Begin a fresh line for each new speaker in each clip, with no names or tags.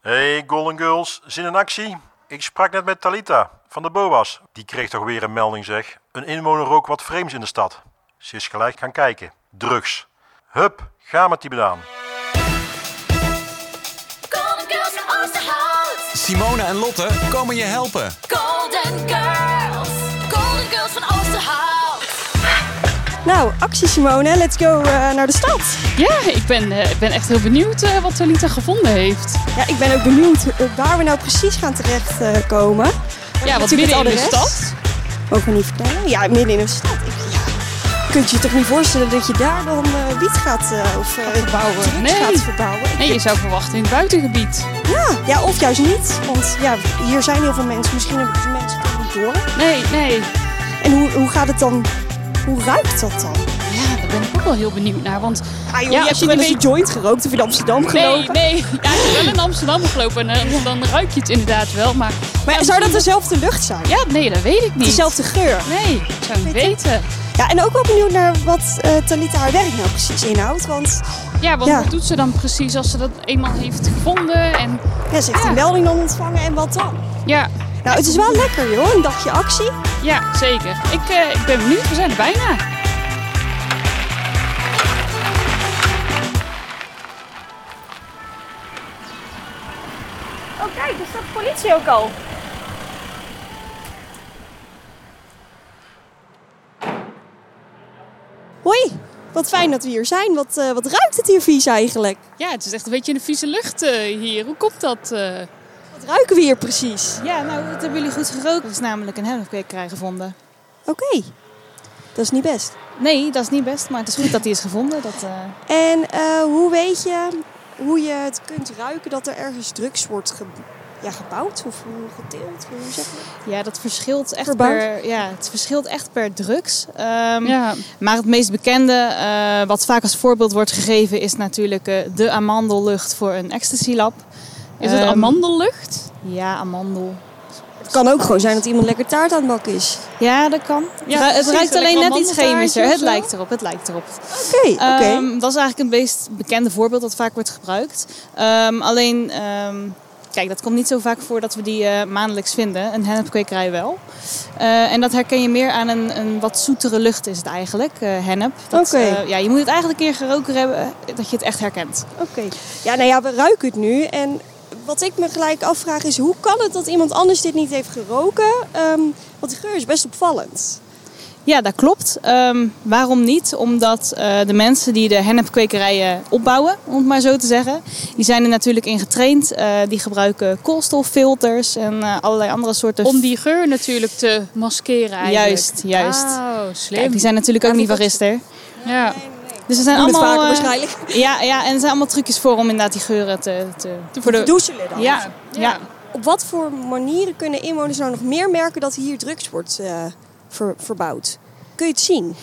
Hey Golden Girls, zin in actie? Ik sprak net met Talita van de BOA's. Die kreeg toch weer een melding zeg. Een inwoner rook wat vreemds in de stad. Ze is gelijk gaan kijken. Drugs. Hup, ga met die bedaan.
Golden Girls van Oosterhout.
Simone en Lotte komen je helpen.
Golden Girls. Golden Girls van Oosterhout.
Nou, actie Simone, let's go eh, naar de stad.
Ja, ik ben, eh, ik ben echt heel benieuwd eh, wat Talita gevonden heeft.
Ja, ik ben ook benieuwd eh, waar we nou precies gaan terechtkomen.
Ja, wat
natuurlijk
midden in
het
de
adres.
stad.
Mogen we niet vertellen? Ja, midden in de stad. Ik, ja. Kunt je je toch niet voorstellen dat je daar dan eh, wiet gaat eh, of eh, drugs
Nee.
gaat verbouwen? Ik-
Nee, je zou verwachten in het buitengebied.
ja, ja, of juist niet. Want ja, hier zijn heel veel mensen. Misschien hebben de mensen het niet door.
Nee, nee.
En hoe, hoe gaat het dan? Hoe ruikt dat dan?
Ja, daar ben ik ook wel heel benieuwd naar. Want
Ah, joh,
Ja,
je
als
hebt
je
je wel
niet
eens een joint gerookt of in Amsterdam
nee,
gelopen.
nee. Ja, ik ben wel in Amsterdam gelopen en eh, dan ruik je het inderdaad wel. Maar,
Maar
ja,
zou dat
misschien-
dezelfde lucht zijn?
Ja, nee, dat weet ik niet.
Dezelfde geur?
Nee, ik zou niet weten.
Ja, en ook wel benieuwd naar wat eh Talita haar werk nou precies inhoudt. Want
Ja, want
Ja.
wat doet ze dan precies als ze dat eenmaal heeft gevonden? En
ja, ze heeft
Ja.
een melding dan ontvangen en wat dan?
ja,
Nou, het is wel lekker joh, een dagje actie.
ja zeker. Ik, eh, ik ben benieuwd, we zijn er bijna.
Oh kijk, er staat de politie ook al.
Hoi, wat fijn dat we hier zijn. Wat, eh, wat ruikt het hier vies eigenlijk?
Ja, het is echt een beetje een vieze lucht eh, hier. Hoe komt dat? eh?
Wat ruiken we hier precies?
Ja, nou, dat hebben jullie goed geroken. Er is namelijk een hennepkwekerij gevonden.
Oké, dat is niet best.
Nee, dat is niet best, maar het is goed dat die is gevonden. Dat, eh,
En eh, hoe weet je hoe je het kunt ruiken dat er ergens drugs wordt ge- ja, gebouwd of hoe geteeld? Hoe zeg je dat?
ja, dat verschilt echt eh,
Verbouwd.
per, ja, het verschilt echt per drugs. Ehm,
ja.
Maar het meest bekende, eh, wat vaak als voorbeeld wordt gegeven, is natuurlijk eh, de amandellucht voor een ecstasy-lab.
Is het
Ehm,
amandellucht?
Ja, amandel.
Het kan ook gewoon zijn dat iemand lekker taart aan het bakken is.
Ja, dat kan.
Ja,
het, ru- het
precies,
ruikt
een
alleen
lekker
net iets
amandeltaartje
chemischer.
of
Het
zo.
lijkt erop, het lijkt erop.
Oké, oké.
Ehm, dat is eigenlijk het meest bekende voorbeeld dat vaak wordt gebruikt. Ehm, alleen, ehm, kijk, dat komt niet zo vaak voor dat we die eh, maandelijks vinden. Een hennepkwekerij wel. Eh, en dat herken je meer aan een, een wat zoetere lucht is het eigenlijk, eh, hennep. Dat,
Oké.
eh, ja, je moet het eigenlijk een keer geroken hebben eh, dat je het echt herkent.
Oké. Ja, nou ja, we ruiken het nu. En wat ik me gelijk afvraag is, hoe kan het dat iemand anders dit niet heeft geroken? Ehm, want die geur is best opvallend.
Ja, dat klopt. Ehm, waarom niet? Omdat eh, de mensen die de hennepkwekerijen opbouwen, om het maar zo te zeggen, die zijn er natuurlijk in getraind. Eh, die gebruiken koolstoffilters en eh, allerlei andere soorten
Om die geur natuurlijk te maskeren eigenlijk.
Juist, juist.
Oh, slim.
Kijk, die zijn natuurlijk ook niet van gisteren.
ja.
Dus er zijn
Doe het
allemaal.
vaker
eh,
waarschijnlijk.
ja, ja, en er zijn allemaal trucjes voor om inderdaad die geuren te. te voor de,
Doezelen dan.
ja, ja.
Ja.
Op wat voor manieren kunnen inwoners nou nog meer merken dat hier drugs wordt eh, ver- verbouwd? Kun je het zien?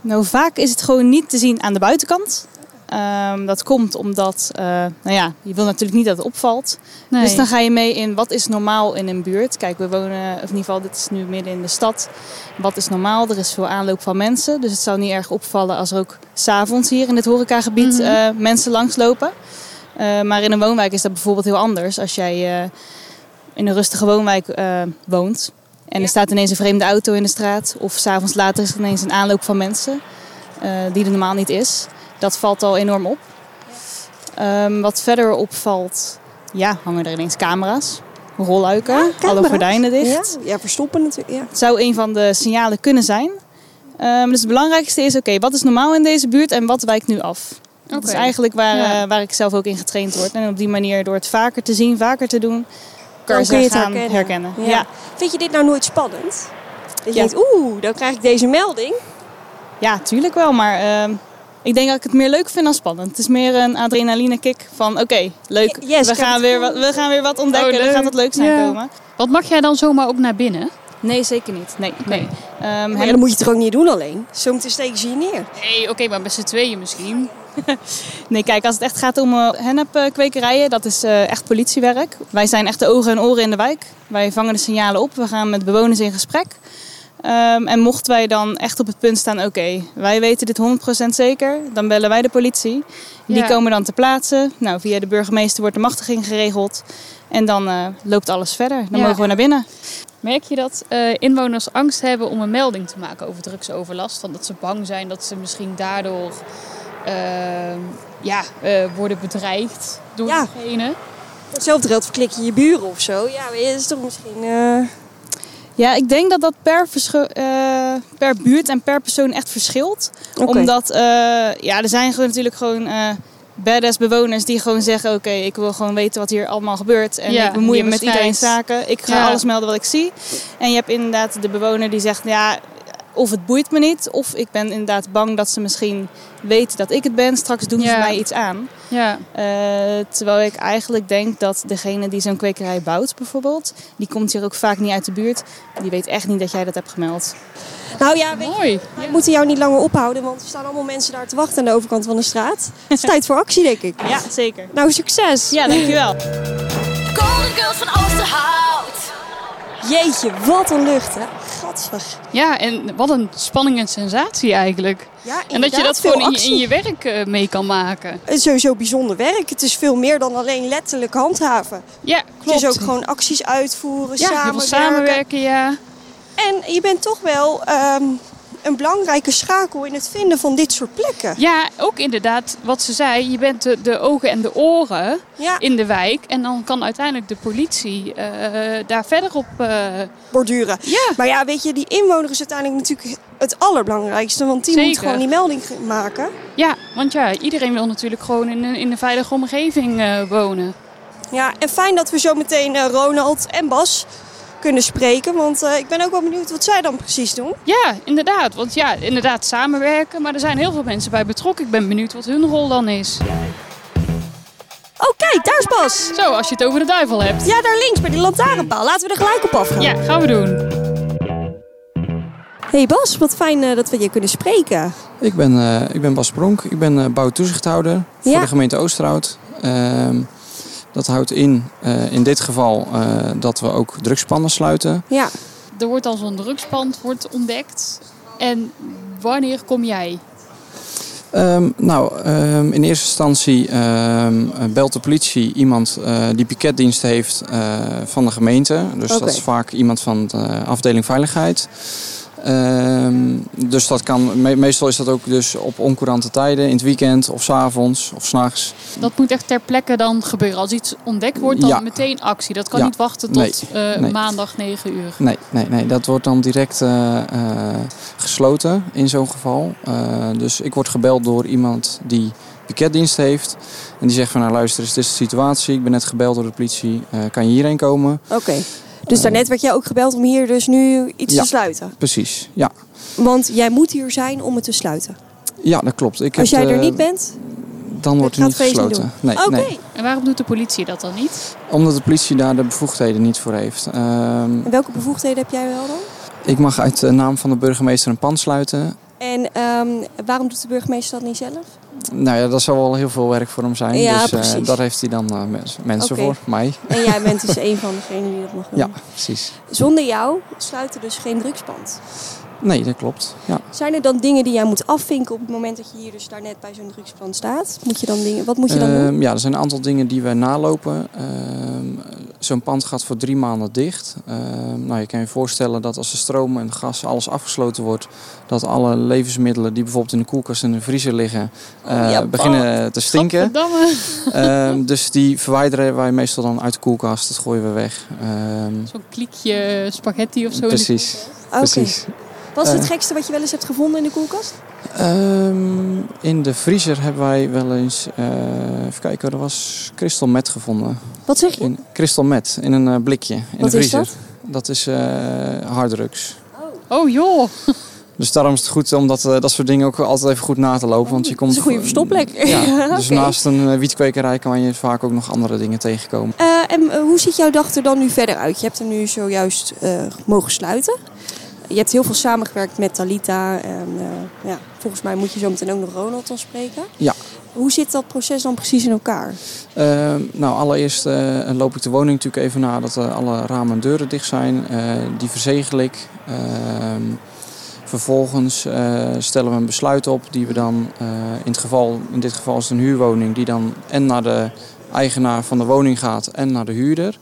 Nou, vaak is het gewoon niet te zien aan de buitenkant. Ehm, dat komt omdat, eh, nou ja, je wil natuurlijk niet dat het opvalt.
Nee.
Dus dan ga je mee in wat is normaal in een buurt. Kijk, we wonen, of in ieder geval, dit is nu midden in de stad. Wat is normaal? Er is veel aanloop van mensen. Dus het zou niet erg opvallen als er ook s'avonds hier in dit horecagebied eh, mensen langslopen. Eh, maar in een woonwijk is dat bijvoorbeeld heel anders. Als jij eh, in een rustige woonwijk eh, woont en er staat ineens een vreemde auto in de straat. Of s'avonds later is er ineens een aanloop van mensen eh, die er normaal niet is. Dat valt al enorm op. Ehm, wat verder opvalt, ja, hangen er ineens camera's, rolluiken, alle
Ah, camera's?
gordijnen dicht.
Ja, ja verstoppen natuurlijk. Ja.
Het zou een van de signalen kunnen zijn. Ehm, dus het belangrijkste is, oké, wat is normaal in deze buurt en wat wijkt nu af? Dat is
Oké.
eigenlijk waar,
Ja.
eh, waar ik zelf ook in getraind word. En op die manier, door het vaker te zien, vaker te doen, kan
Dan
je
kun je
ze
het
gaan
herkennen.
herkennen.
Ja.
Ja.
Vind je dit nou nooit spannend? Dat je
Ja.
denkt, oeh, dan krijg ik deze melding.
Ja, tuurlijk wel, maar ehm, ik denk dat ik het meer leuk vind dan spannend. Het is meer een adrenaline kick van oké, leuk,
Y- yes,
we,
ik heb
gaan
het
weer
gevoel.
wat, we gaan weer wat ontdekken,
Oh,
dan
leuk.
gaat het leuk zijn
Ja.
komen.
Wat mag jij dan zomaar ook naar binnen?
Nee, zeker niet. Nee, nee.
Nee.
Ehm,
Maar ja, dat moet je toch ook niet doen alleen? Zometeen steken ze je neer.
Nee, oké, maar met z'n tweeën misschien.
Nee, kijk, als het echt gaat om eh, hennepkwekerijen, dat is eh, echt politiewerk. Wij zijn echt de ogen en oren in de wijk. Wij vangen de signalen op, we gaan met bewoners in gesprek. Ehm, en mochten wij dan echt op het punt staan, oké, wij weten dit 100% zeker, dan bellen wij de politie. Die
Ja.
komen dan te plaatsen. Nou, via de burgemeester wordt de machtiging geregeld. En dan eh, loopt alles verder. Dan
Ja.
mogen we naar binnen.
Merk je dat eh, inwoners angst hebben om een melding te maken over drugsoverlast? Van dat ze bang zijn dat ze misschien daardoor eh, ja, eh, worden bedreigd door
Ja.
degene.
Voor hetzelfde geld verklik je je buren of zo. Ja, weet je, dat is toch misschien... eh,
Ja, ik denk dat dat per, verschil- eh, per buurt en per persoon echt verschilt.
Oké.
Omdat eh, ja, er zijn gewoon natuurlijk gewoon eh badass bewoners die gewoon zeggen... oké, ik wil gewoon weten wat hier allemaal gebeurt. En
Ja,
ik bemoei
die
me met
beschrijft.
iedereen's zaken. Ik ga
Ja.
alles melden wat ik zie. En je hebt inderdaad de bewoner die zegt... ja, of het boeit me niet... of ik ben inderdaad bang dat ze misschien weten dat ik het ben. Straks doen ze
Ja.
mij iets aan.
Ja.
Eh, terwijl ik eigenlijk denk dat degene die zo'n kwekerij bouwt bijvoorbeeld, die komt hier ook vaak niet uit de buurt. Die weet echt niet dat jij dat hebt gemeld.
Nou ja, weet je,
Mooi.
we moeten jou niet langer ophouden, want er staan allemaal mensen daar te wachten aan de overkant van de straat. Het is tijd voor actie, denk ik.
Ja, zeker.
Nou, succes!
Ja, dankjewel.
Golden Girls van Oosterhout.
Jeetje, wat een lucht, hè? Gatsig.
Ja, en wat een spanning en sensatie eigenlijk.
Ja,
En dat je dat
inderdaad,
gewoon
veel
in je,
actie.
in je werk eh, mee kan maken.
Het is sowieso bijzonder werk. Het is veel meer dan alleen letterlijk handhaven.
Ja, klopt.
Het is ook gewoon acties uitvoeren,
ja, heel veel
samenwerken.
samenwerken, ja.
En je bent toch wel ehm, een belangrijke schakel in het vinden van dit soort plekken.
Ja, ook inderdaad wat ze zei. Je bent de, de ogen en de oren
Ja,
in de wijk. En dan kan uiteindelijk de politie eh, daar verder op... eh,
borduren.
ja,
Maar ja, weet je, die inwoner is uiteindelijk natuurlijk het allerbelangrijkste. Want die moet
Zeker.
gewoon die melding ge- maken.
ja, want ja, iedereen wil natuurlijk gewoon in een, in een veilige omgeving eh, wonen.
Ja, en fijn dat we zo meteen eh, Ronald en Bas kunnen spreken. Want eh, ik ben ook wel benieuwd wat zij dan precies doen.
Ja, inderdaad. Want ja, inderdaad samenwerken. Maar er zijn heel veel mensen bij betrokken. Ik ben benieuwd wat hun rol dan is.
Oh, kijk, daar is Bas.
Zo, als je het over de duivel hebt.
Ja, daar links bij die lantaarnpaal. Laten we er gelijk op afgaan.
Ja, gaan we doen.
Hey Bas, wat fijn eh, dat we je kunnen spreken.
Ik ben, eh, ik ben Bas Pronk, ik ben eh bouwtoezichthouder
Ja.
voor de gemeente Oosterhout. Ehm, dat houdt in, eh, in dit geval, eh, dat we ook drugspannen sluiten.
Ja.
Er wordt dan zo'n drugspand wordt ontdekt. En wanneer kom jij?
Ehm, nou, ehm, in eerste instantie ehm, eh, belt de politie iemand eh, die piketdienst heeft eh, van de gemeente. Dus
Oké.
dat is vaak iemand van de afdeling veiligheid. Ehm, dus dat kan, me- meestal is dat ook dus op oncourante tijden, in het weekend of 's avonds of s'nachts.
Dat moet echt ter plekke dan gebeuren. Als iets ontdekt wordt, dan
Ja.
meteen actie. Dat kan
Ja.
niet wachten tot eh,
Nee.
maandag 9 uur.
Nee, nee, nee, dat wordt dan direct eh, eh, gesloten in zo'n geval. Eh, dus ik word gebeld door iemand die piketdienst heeft. En die zegt van nou luister, eens, dit is de situatie. Ik ben net gebeld door de politie. Eh, kan je hierheen komen?
Oké. Dus daarnet werd jij ook gebeld om hier dus nu iets
Ja.
te sluiten.
Precies, ja.
Want jij moet hier zijn om het te sluiten.
Ja, dat klopt. Ik
Als
heb,
jij er
eh,
niet bent,
Dan wordt er
gaat
niet
het feest niet
gesloten. nee,
oké.
nee,
En waarom doet de politie dat dan niet?
omdat de politie daar de bevoegdheden niet voor heeft. Ehm,
En welke bevoegdheden heb jij wel dan?
ik mag uit de naam van de burgemeester een pand sluiten.
En ehm, waarom doet de burgemeester dat niet zelf?
Nou ja, dat zou wel heel veel werk voor hem zijn.
Ja,
dus eh,
precies.
daar heeft hij dan eh, mens- mensen
Oké.
voor, mij.
En jij bent dus een van degenen die dat mag doen.
Ja, precies.
Zonder jou sluit er dus geen drugspand.
Nee, dat klopt. Ja.
Zijn er dan dingen die jij moet afvinken op het moment dat je hier dus daarnet bij zo'n drugspand staat? Moet je dan dingen, wat moet je dan doen?
Ehm, ja, er zijn een aantal dingen die we nalopen. Ehm, Zo'n pand gaat voor drie maanden dicht. Ehm, nou, je kan je voorstellen dat als de stroom en gas alles afgesloten wordt, dat alle levensmiddelen die bijvoorbeeld in de koelkast en de vriezer liggen, eh,
Oh, ja,
beginnen te stinken.
Gadverdamme.
Ehm, dus die verwijderen wij meestal dan uit de koelkast. Dat gooien we weg. Ehm,
Zo'n kliekje spaghetti of zo. in de
precies.
Ah, Oké.
Precies.
Wat is het
Eh.
gekste wat je wel eens hebt gevonden in de koelkast?
Ehm, in de vriezer hebben wij wel eens, eh, even kijken, er was crystal met gevonden.
Wat zeg je?
In crystal met in een eh, blikje in
Wat
de
is
vriezer.
dat?
Dat is eh, harddrugs.
koelkast. Oh joh.
Dus daarom is het goed om dat, eh, dat soort dingen ook altijd even goed na te lopen. Want je komt,
is een goede verstopplek.
Ja, dus
Oké.
naast een eh, wietkwekerij kan je vaak ook nog andere dingen tegenkomen.
Eh, en eh, hoe ziet jouw dag er dan nu verder uit? Je hebt hem nu zojuist eh, mogen sluiten. Je hebt heel veel samengewerkt met Talita. En eh, ja, volgens mij moet je zo meteen ook nog Ronald dan spreken.
Ja.
Hoe zit dat proces dan precies in elkaar?
Eh, nou, allereerst eh, loop ik de woning natuurlijk even na dat eh, alle ramen en deuren dicht zijn. Eh, die verzegel ik. Ehm, vervolgens eh, stellen we een besluit op die we dan eh, in, het geval, in dit geval is het een huurwoning, die dan en naar de eigenaar van de woning gaat en naar de huurder.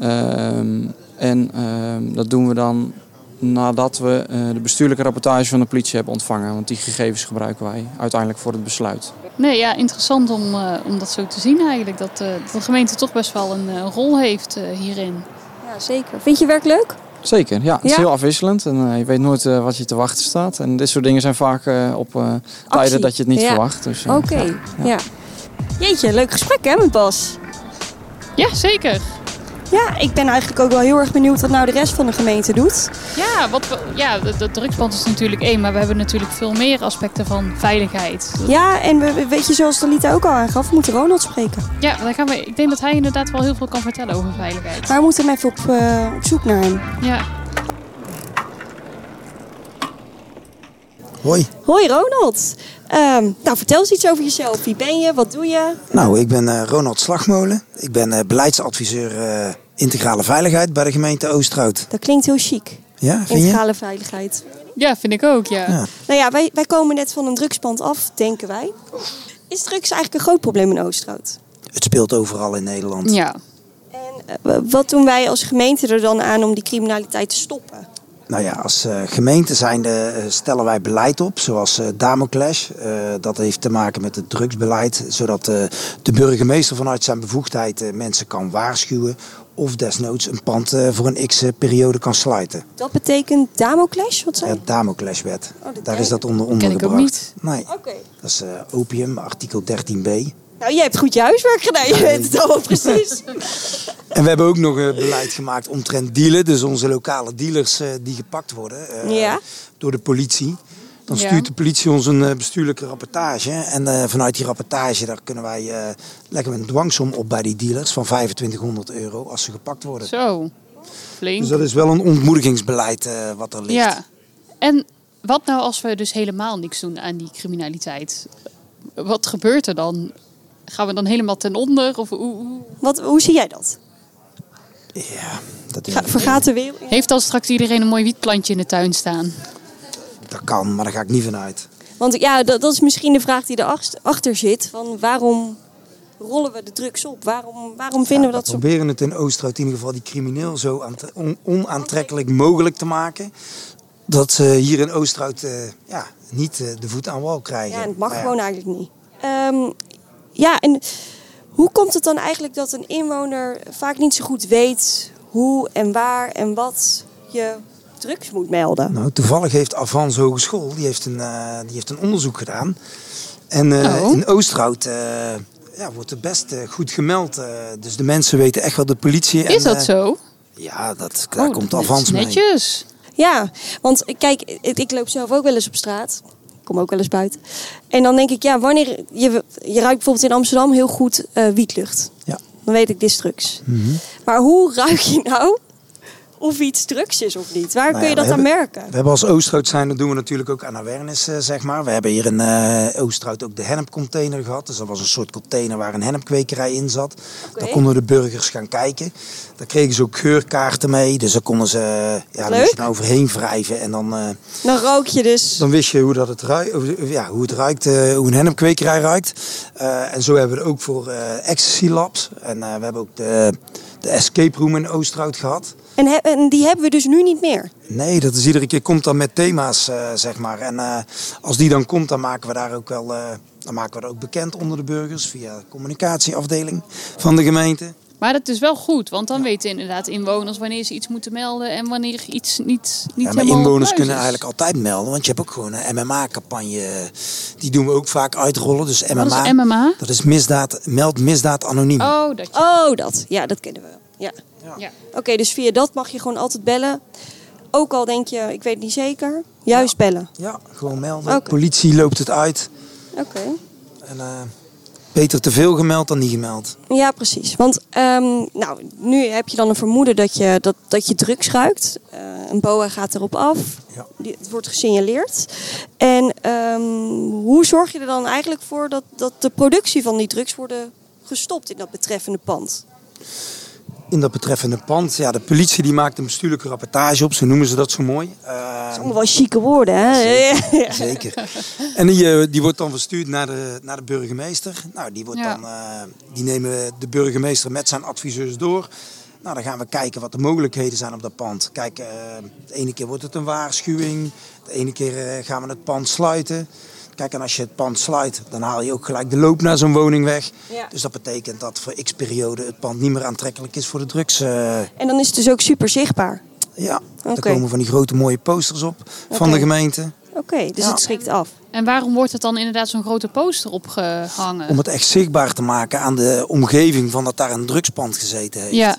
Ehm, en ehm, dat doen we dan nadat we eh, de bestuurlijke rapportage van de politie hebben ontvangen. Want die gegevens gebruiken wij uiteindelijk voor het besluit.
Nee, ja, interessant om, eh, om dat zo te zien eigenlijk. Dat, eh, dat de gemeente toch best wel een eh, rol heeft eh, hierin.
Ja, zeker. Vind je werk leuk?
Zeker, ja. Het is
Ja?
heel afwisselend en eh, je weet nooit eh, wat je te wachten staat. En dit soort dingen zijn vaak eh, op eh,
Actie.
tijden dat je het niet
Ja.
verwacht. Dus, eh,
Oké,
ja.
ja. Jeetje, leuk gesprek hè met Bas.
Ja, zeker.
Ja, ik ben eigenlijk ook wel heel erg benieuwd wat nou de rest van de gemeente doet.
Ja, wat we, ja dat, dat drugsband is natuurlijk één, maar we hebben natuurlijk veel meer aspecten van veiligheid.
Ja, en we- we- weet je, zoals Talita ook al aangaf, we moeten Ronald spreken.
Ja, daar gaan we, ik denk dat hij inderdaad wel heel veel kan vertellen over veiligheid.
Maar we moeten hem even op, eh, op zoek naar hem.
Ja.
Hoi.
Hoi Ronald. Ehm, nou, vertel eens iets over jezelf. Wie ben je? Wat doe je?
Nou, ik ben eh, Ronald Slagmolen. Ik ben eh, beleidsadviseur eh, integrale veiligheid bij de gemeente Oosterhout.
Dat klinkt heel chic.
Ja, vind je?
Integrale veiligheid.
ja, vind ik ook, ja.
Ja.
Nou ja, wij, wij komen net van een drugsband af, denken wij. Is drugs eigenlijk een groot probleem in Oosterhout?
Het speelt overal in Nederland.
Ja.
En eh, wat doen wij als gemeente er dan aan om die criminaliteit te stoppen?
Nou ja, als eh, gemeente zijnde eh, stellen wij beleid op, zoals eh Damocles. Eh, dat heeft te maken met het drugsbeleid, zodat eh, de burgemeester vanuit zijn bevoegdheid eh, mensen kan waarschuwen. Of desnoods een pand eh, voor een x-periode kan sluiten.
Dat betekent Damocles, wat zei je?
Het Damocleswet.
Oh, dat
Daar
ken-
is dat onder
ken ik ook
ondergebracht.
niet.
Nee,
Oké.
dat is eh, opium, artikel 13b.
Nou, jij hebt goed je huiswerk gedaan. Je weet het allemaal precies.
En we hebben ook nog eh, beleid gemaakt omtrent dealen. Dus onze lokale dealers eh, die gepakt worden eh,
Ja.
door de politie. Dan
Ja.
stuurt de politie ons een eh, bestuurlijke rapportage. En eh, vanuit die rapportage daar kunnen wij, eh, leggen we een dwangsom op bij die dealers van 2500 euro als ze gepakt worden.
Zo. Flink.
Dus dat is wel een ontmoedigingsbeleid eh, wat er ligt.
Ja. En wat nou als we dus helemaal niks doen aan die criminaliteit? Wat gebeurt er dan? Gaan we dan helemaal ten onder? Of hoe- hoe-
Wat, hoe zie jij dat?
Ja, dat, is,
Ga, vergaat de wereld?
Heeft dan straks iedereen een mooi wietplantje in de tuin staan?
dat kan, maar daar ga ik niet vanuit.
Want ja, dat, dat is misschien de vraag die erachter zit. Van waarom rollen we de drugs op? Waarom, waarom vinden we dat zo...
proberen het in Oosterhout in ieder geval die crimineel zo aant- on- onaantrekkelijk mogelijk te maken. Dat ze hier in Oosterhout eh, ja, niet eh, de voet aan wal krijgen.
Ja, en het mag
Maar Nou ja,
gewoon eigenlijk niet. Ehm, ja, en hoe komt het dan eigenlijk dat een inwoner vaak niet zo goed weet hoe en waar en wat je drugs moet melden?
Nou, toevallig heeft Avans Hogeschool die heeft een, eh, die heeft een onderzoek gedaan. En eh,
Oh.
in Oosterhout eh, ja, wordt het best eh, goed gemeld. eh, dus de mensen weten echt wel de politie. en,
Is dat
eh,
zo?
ja, dat, daar
Oh,
komt
dat is
Avans mee.
Netjes.
Ja, want kijk, ik ik loop zelf ook wel eens op straat. Ik kom ook wel eens buiten. En dan denk ik, ja, wanneer... Je, je ruikt bijvoorbeeld in Amsterdam heel goed eh, wietlucht.
Ja. Mhm.
Dan weet ik, dit is drugs. Maar hoe ruik je nou of iets drugs is of niet? Waar
Nou
kun
ja,
je
we
dat aan
hebben-
merken?
We hebben als Oosterhout zijn, dat doen we natuurlijk ook aan awareness, eh, zeg maar. We hebben hier in eh Oosterhout ook de hennepcontainer gehad. Dus dat was een soort container waar een hennepkwekerij in zat. Daar konden de burgers gaan kijken. Daar kregen ze ook geurkaarten mee. Dus daar konden ze, eh,
Leuk.
ja, daar moest je nou overheen wrijven. En dan, eh,
Dan rook je dus...
dan wist je hoe, dat het, ruikt, ja, hoe het ruikt, eh, hoe een hennepkwekerij ruikt. Eh, en zo hebben we het ook voor eh Ecstasy Labs. En eh, we hebben ook de, de escape room in Oosterhout gehad.
En, he- en die hebben we dus nu niet meer.
Nee, dat is iedere keer komt dan met thema's, eh, zeg maar. En eh, als die dan komt, dan maken we daar ook wel eh, dan maken we dat ook bekend onder de burgers via de communicatieafdeling van de gemeente.
Maar dat is dus wel goed, want dan weten inderdaad inwoners wanneer ze iets moeten melden en wanneer iets niet, niet
Ja, maar
helemaal
inwoners
thuis
kunnen
is.
eigenlijk altijd melden, want je hebt ook gewoon een MMA-campagne. Die doen we ook vaak uitrollen. Dus MMA.
Wat is MMA?
Dat is misdaad, meld misdaad anoniem.
Oh, dat je...
Oh, dat. Ja, dat kennen we wel. Ja.
Ja.
Oké, dus via dat mag je gewoon altijd bellen. Ook al denk je, ik weet het niet zeker. Juist bellen.
Ja, gewoon melden.
Oké.
Politie loopt het uit.
Oké.
En, eh, Beter te veel gemeld dan niet gemeld.
Ja, precies. Want ehm, nou, nu heb je dan een vermoeden dat je, dat, dat je drugs ruikt. Eh, een boa gaat erop af.
Ja.
Die, het wordt gesignaleerd. En ehm, hoe zorg je er dan eigenlijk voor dat, dat de productie van die drugs worden gestopt in dat betreffende pand?
In dat betreffende pand, ja, de politie die maakt een bestuurlijke rapportage op, zo noemen ze dat zo mooi. Eh,
Dat zijn allemaal wel chique woorden, hè? Ja.
Zeker. En die, eh, die wordt dan verstuurd naar de, naar de burgemeester. Nou, die, wordt
Ja.
dan, eh, die nemen de burgemeester met zijn adviseurs door. Nou, dan gaan we kijken wat de mogelijkheden zijn op dat pand. Kijk, eh, de ene keer wordt het een waarschuwing. De ene keer eh, gaan we het pand sluiten. Kijk, en als je het pand sluit, dan haal je ook gelijk de loop naar zo'n woning weg.
Ja.
Dus dat betekent dat voor x periode het pand niet meer aantrekkelijk is voor de drugs. eh,
En dan is het dus ook super zichtbaar.
ja, daar
Oké.
komen van die grote mooie posters op van
Oké.
de gemeente.
Oké, dus
Ja.
het schrikt af.
En waarom wordt het dan inderdaad zo'n grote poster opgehangen?
Om het echt zichtbaar te maken aan de omgeving van dat daar een drugspand gezeten heeft.
Ja.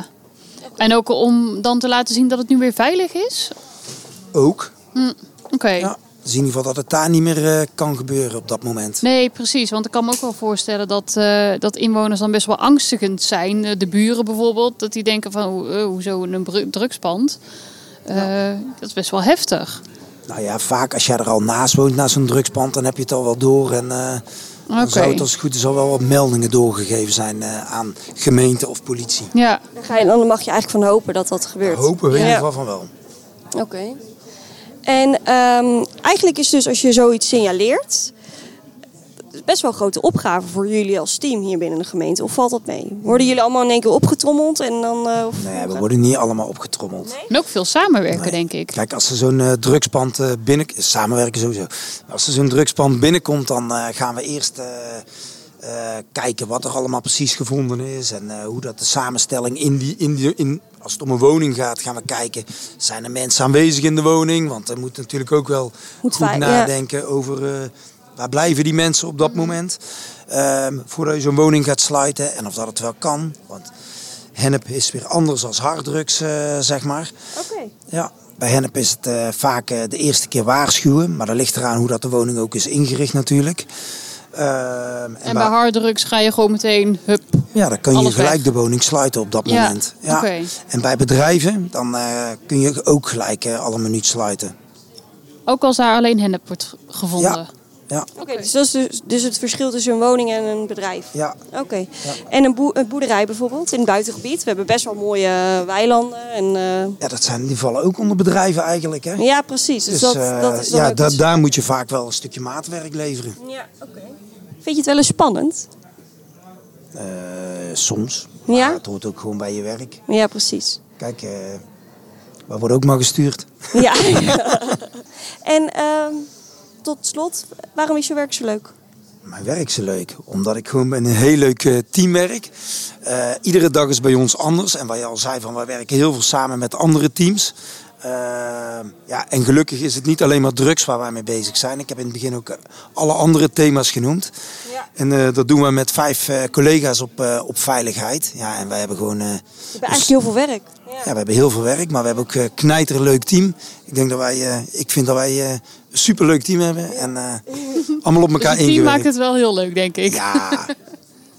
En ook om dan te laten zien dat het nu weer veilig is?
Ook.
Oké.
Ja. Dus in ieder geval dat het daar niet meer eh, kan gebeuren op dat moment.
Nee, precies. Want ik kan me ook wel voorstellen dat, eh, dat inwoners dan best wel angstigend zijn. Eh, De buren bijvoorbeeld. Dat die denken van, ho- eh, hoezo een bru- drugspand? Eh, Dat is best wel heftig.
Nou ja, vaak als jij er al naast woont, naast zo'n drugspand, dan heb je het al wel door. En eh, dan
Oké.
zou het als het goed is al wel wat meldingen doorgegeven zijn eh, aan gemeente of politie.
Ja,
Dan, ga je, dan mag je eigenlijk van hopen dat dat gebeurt.
Hopen we in
Ja.
ieder geval van wel.
Oké. En ehm, eigenlijk is dus als je zoiets signaleert, het is best wel een grote opgave voor jullie als team hier binnen de gemeente. Of valt dat mee? Worden jullie allemaal in één keer opgetrommeld en dan? eh, of-
Nee, Nou we worden niet allemaal opgetrommeld.
en ook veel samenwerken, denk ik.
Kijk, als er zo'n eh, drugspand eh, binnen... Samenwerken sowieso. Als er zo'n drugspand binnenkomt, dan eh, gaan we eerst eh, eh, kijken wat er allemaal precies gevonden is. En eh, hoe dat de samenstelling in die... In die in, als het om een woning gaat, gaan we kijken, zijn er mensen aanwezig in de woning? Want er moet natuurlijk ook wel
Moet
goed
wij- ja. Mhm.
nadenken over eh, waar blijven die mensen op dat moment. Ehm, voordat je zo'n woning gaat sluiten en of dat het wel kan. Want hennep is weer anders dan harddrugs, eh, zeg maar.
Oké.
Ja, bij hennep is het eh, vaak eh, de eerste keer waarschuwen. Maar dat ligt eraan hoe dat de woning ook is ingericht natuurlijk. Ehm, en
En bij
waar-
harddrugs ga je gewoon meteen, hup.
ja, dan kan je
alles
gelijk
weg.
de woning sluiten op dat
Ja,
moment. Ja.
oké.
En bij bedrijven, dan eh, kun je ook gelijk eh, alle minuut sluiten.
Ook als daar alleen hennep wordt gevonden.
Ja. Ja,
Oké, dus dat is dus, dus het verschil tussen een woning en een bedrijf.
ja.
Oké. En een, boe- een boerderij bijvoorbeeld in het buitengebied. We hebben best wel mooie eh, weilanden en. eh,
ja, dat zijn, die vallen ook onder bedrijven eigenlijk. Hè?
ja, precies. Dus, dat,
eh,
dat is dan
ja,
ook
da-
iets-
daar moet je vaak wel een stukje maatwerk leveren.
Ja, oké. Vind je het wel eens spannend?
Eh, soms.
Ja?
Maar Het hoort ook gewoon bij je werk.
Ja, precies.
Kijk, eh, we worden ook maar gestuurd.
Ja. en ehm, tot slot, waarom is je werk zo leuk?
Mijn werk is leuk, omdat ik gewoon met een heel leuk eh, team werk. Eh, iedere dag is bij ons anders. En wat je al zei, van, wij werken heel veel samen met andere teams. Eh, ja, en gelukkig is het niet alleen maar drugs waar wij mee bezig zijn. Ik heb in het begin ook eh, alle andere thema's genoemd. En eh, dat doen we met vijf eh, collega's op, eh, op veiligheid. Ja, en wij hebben gewoon... eh,
Je hebt eigenlijk heel veel werk.
ja, we hebben heel veel werk, maar we hebben ook eh knijter leuk team. Ik denk dat wij, eh, ik vind dat wij eh, een superleuk team hebben en eh, allemaal op
Dus
elkaar
het team
ingewerkt.
maakt het wel heel leuk, denk ik.
Ja.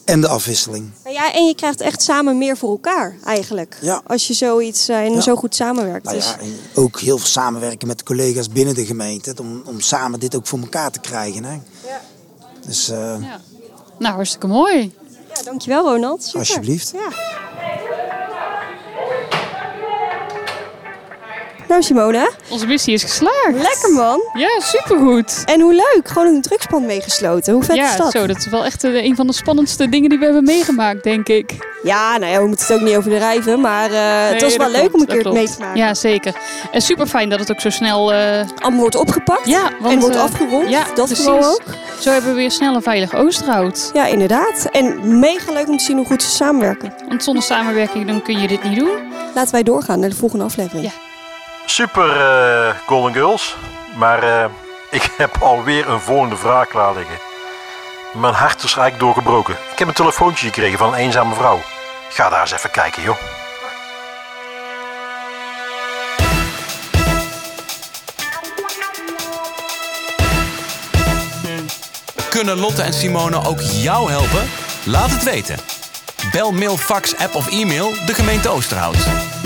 En de afwisseling.
Nou ja, en je krijgt echt samen meer voor elkaar eigenlijk.
Ja.
Als je zoiets eh, en
Ja.
zo goed samenwerkt.
Nou
dus,
ja, en ook heel veel samenwerken met de collega's binnen de gemeente. Om, om samen dit ook voor elkaar te krijgen. Hè? Dus eh,
Ja. Nou, hartstikke mooi.
ja, dankjewel Ronald. Super.
Alsjeblieft.
Ja. Nou Simone,
Onze missie is geslaagd.
lekker man.
Ja, supergoed.
En hoe leuk, gewoon een drugspand meegesloten. Hoe vet
ja,
is dat?
zo. Dat is wel echt eh, een van de spannendste dingen die we hebben meegemaakt, denk ik.
Ja, nou ja, we moeten het ook niet overdrijven, maar eh, het
Nee,
was wel
dat
leuk om een
klopt,
keer
dat
mee
klopt.
te maken.
Ja, zeker. En super fijn dat het ook zo snel. eh,
Am wordt opgepakt
ja, want,
en wordt
eh,
afgerond.
ja,
dat
precies.
gewoon ook.
Zo hebben we weer snel een veilig Oosterhout.
Ja, inderdaad. En mega leuk om te zien hoe goed ze samenwerken.
Want zonder samenwerking dan kun je dit niet doen.
Laten wij doorgaan naar de volgende aflevering.
Ja.
Super eh, Golden Girls. Maar eh, ik heb alweer een volgende vraag klaar liggen. Mijn hart is eigenlijk doorgebroken. Ik heb een telefoontje gekregen van een eenzame vrouw. Ga daar eens even kijken, joh.
Kunnen Lotte en Simone ook jou helpen? Laat het weten. Bel, mail, fax, app of e-mail de gemeente Oosterhout.